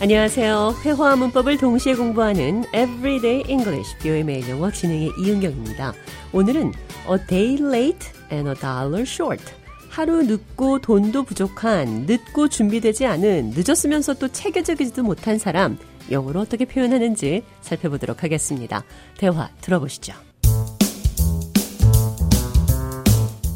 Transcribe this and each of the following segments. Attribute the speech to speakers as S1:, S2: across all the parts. S1: 안녕하세요. 회화와 문법을 동시에 공부하는 Everyday English 뷰의 매일 영어 진행의 이은경입니다. 오늘은 A day late and a dollar short. 하루 늦고 돈도 부족한, 늦고 준비되지 않은, 늦었으면서 또 체계적이지도 못한 사람, 영어로 어떻게 표현하는지 살펴보도록 하겠습니다. 대화 들어보시죠.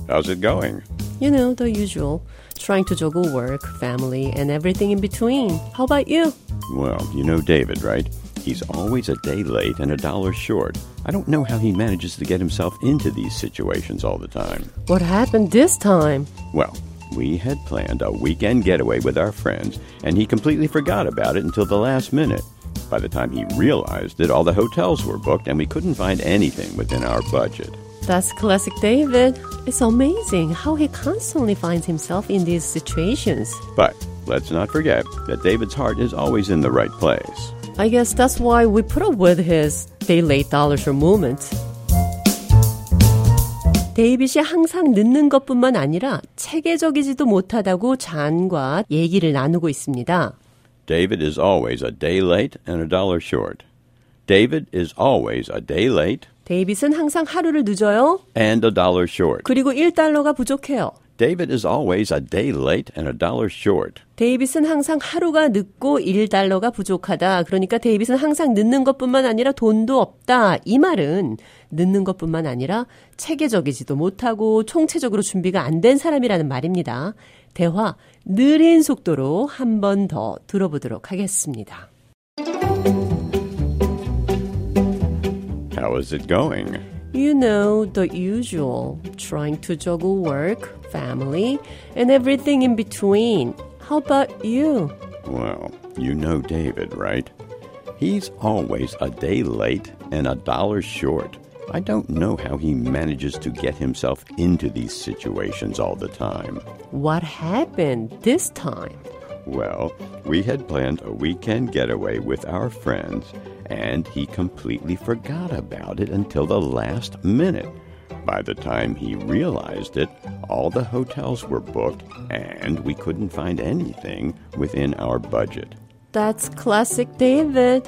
S2: How's it going?
S1: You know, the usual. Trying to juggle work, family, and everything in between. How about you?
S2: Well, you know David, right? He's always a day late and a dollar short. I don't know how he manages to get himself into these situations all the time.
S1: What happened this time?
S2: Well, we had planned a weekend getaway with our friends, and he completely forgot about it until the last minute. By the time he realized it, all the hotels were booked, and we couldn't find anything within our budget.
S1: That's classic David. It's amazing how he constantly finds himself in these situations.
S2: But let's not forget that David's heart is always in the right place.
S1: I guess that's why we put up with his day late dollar short movement. 데이빗이 항상 늦는 것뿐만 아니라 체계적이지도 못하다고 잔과 얘기를 나누고 있습니다.
S2: David is always a day late and a dollar short. David is always a day late
S1: 데이빗은 항상 하루를 늦어요.
S2: and a dollar short.
S1: 그리고 1달러가 부족해요.
S2: David is always a day late and a dollar short.
S1: 데이빗은 항상 하루가 늦고 1달러가 부족하다. 그러니까 데이빗은 항상 늦는 것뿐만 아니라 돈도 없다. 이 말은 늦는 것뿐만 아니라 체계적이지도 못하고 총체적으로 준비가 안 된 사람이라는 말입니다. 대화 느린 속도로 한 번 더 들어보도록 하겠습니다.
S2: How is it going?
S1: You know the usual. Trying to juggle work, family, and everything in between. How about you?
S2: Well, you know David, right? He's always a day late and a dollar short. I don't know how he manages to get himself into these situations all the time.
S1: What happened this time?
S2: Well, we had planned a weekend getaway with our friends, and he completely forgot about it until the last minute. By the time he realized it, all the hotels were booked, and we couldn't find anything within our budget.
S1: That's classic David.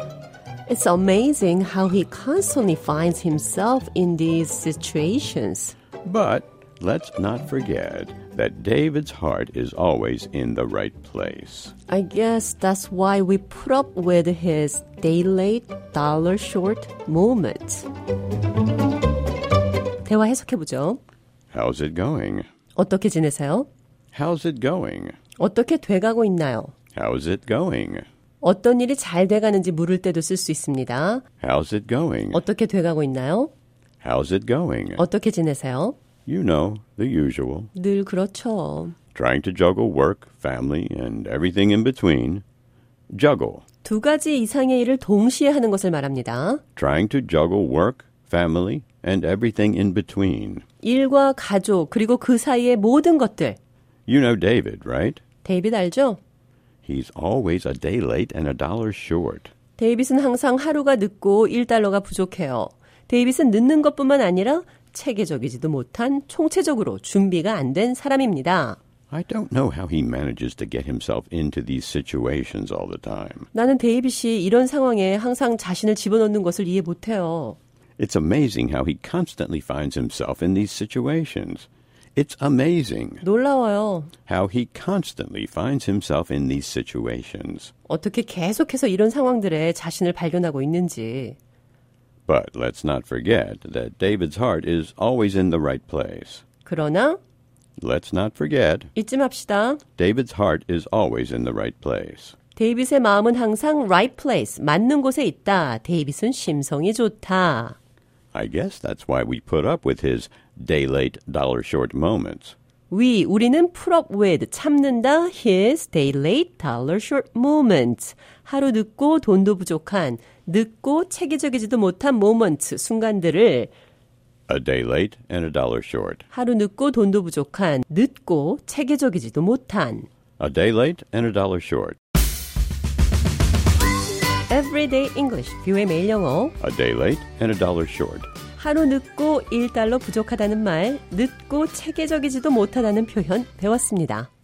S1: It's amazing how he constantly finds himself in these situations.
S2: But let's not forget that David's heart is always in the right place.
S1: I guess that's why we put up with his day late, dollar short moment. 대화 해석해보죠.
S2: How's it going?
S1: 어떻게 지내세요?
S2: How's it going?
S1: 어떻게 돼가고 있나요?
S2: How's it going?
S1: 어떤 일이 잘 돼가는지 물을 때도 쓸 수 있습니다.
S2: How's it going?
S1: 어떻게 돼가고 있나요?
S2: How's it going?
S1: 어떻게 지내세요?
S2: You know, the usual.
S1: 늘 그렇죠.
S2: Trying to juggle work, family, and everything in between. Juggle.
S1: 두 가지 이상의 일을 동시에 하는 것을 말합니다.
S2: Trying to juggle work, family, and everything in between.
S1: 일과 가족, 그리고 그 사이의 모든 것들.
S2: You know David, right?
S1: 데이빗 알죠?
S2: He's always a day late and a dollar short.
S1: 데이빗은 항상 하루가 늦고 1달러가 부족해요. 데이빗은 늦는 것뿐만 아니라 체계적이지도 못한 총체적으로 준비가 안 된 사람입니다.
S2: I don't know how he manages to get himself into these situations all the time.
S1: 나는 데이빗이 이런 상황에 항상 자신을 집어넣는 것을 이해 못해요.
S2: It's amazing how he constantly finds himself in these situations. It's amazing
S1: 놀라워요.
S2: how he constantly finds himself in these situations.
S1: 어떻게 계속해서 이런 상황들에 자신을 발견하고 있는지.
S2: But let's not forget that David's heart is always in the right place.
S1: 그러나
S2: Let's not forget
S1: 잊지 맙시다.
S2: David's heart is always in the right place.
S1: 데이빗의 마음은 항상 right place, 맞는 곳에 있다. 데이빗은 심성이 좋다.
S2: I guess that's why we put up with his day late, dollar short moments.
S1: We, 우리는 put up with, 참는다, his day late, dollar short moment. 하루 늦고 돈도 부족한, 늦고 체계적이지도 못한 moment, 순간들을
S2: A day late and a dollar short.
S1: 하루 늦고 돈도 부족한, 늦고 체계적이지도 못한.
S2: A day late and a dollar short.
S1: Everyday English, 뷰의 매일 영어.
S2: A day late and a dollar short.
S1: 하루 늦고 1달러 부족하다는 말, 늦고 체계적이지도 못하다는 표현 배웠습니다.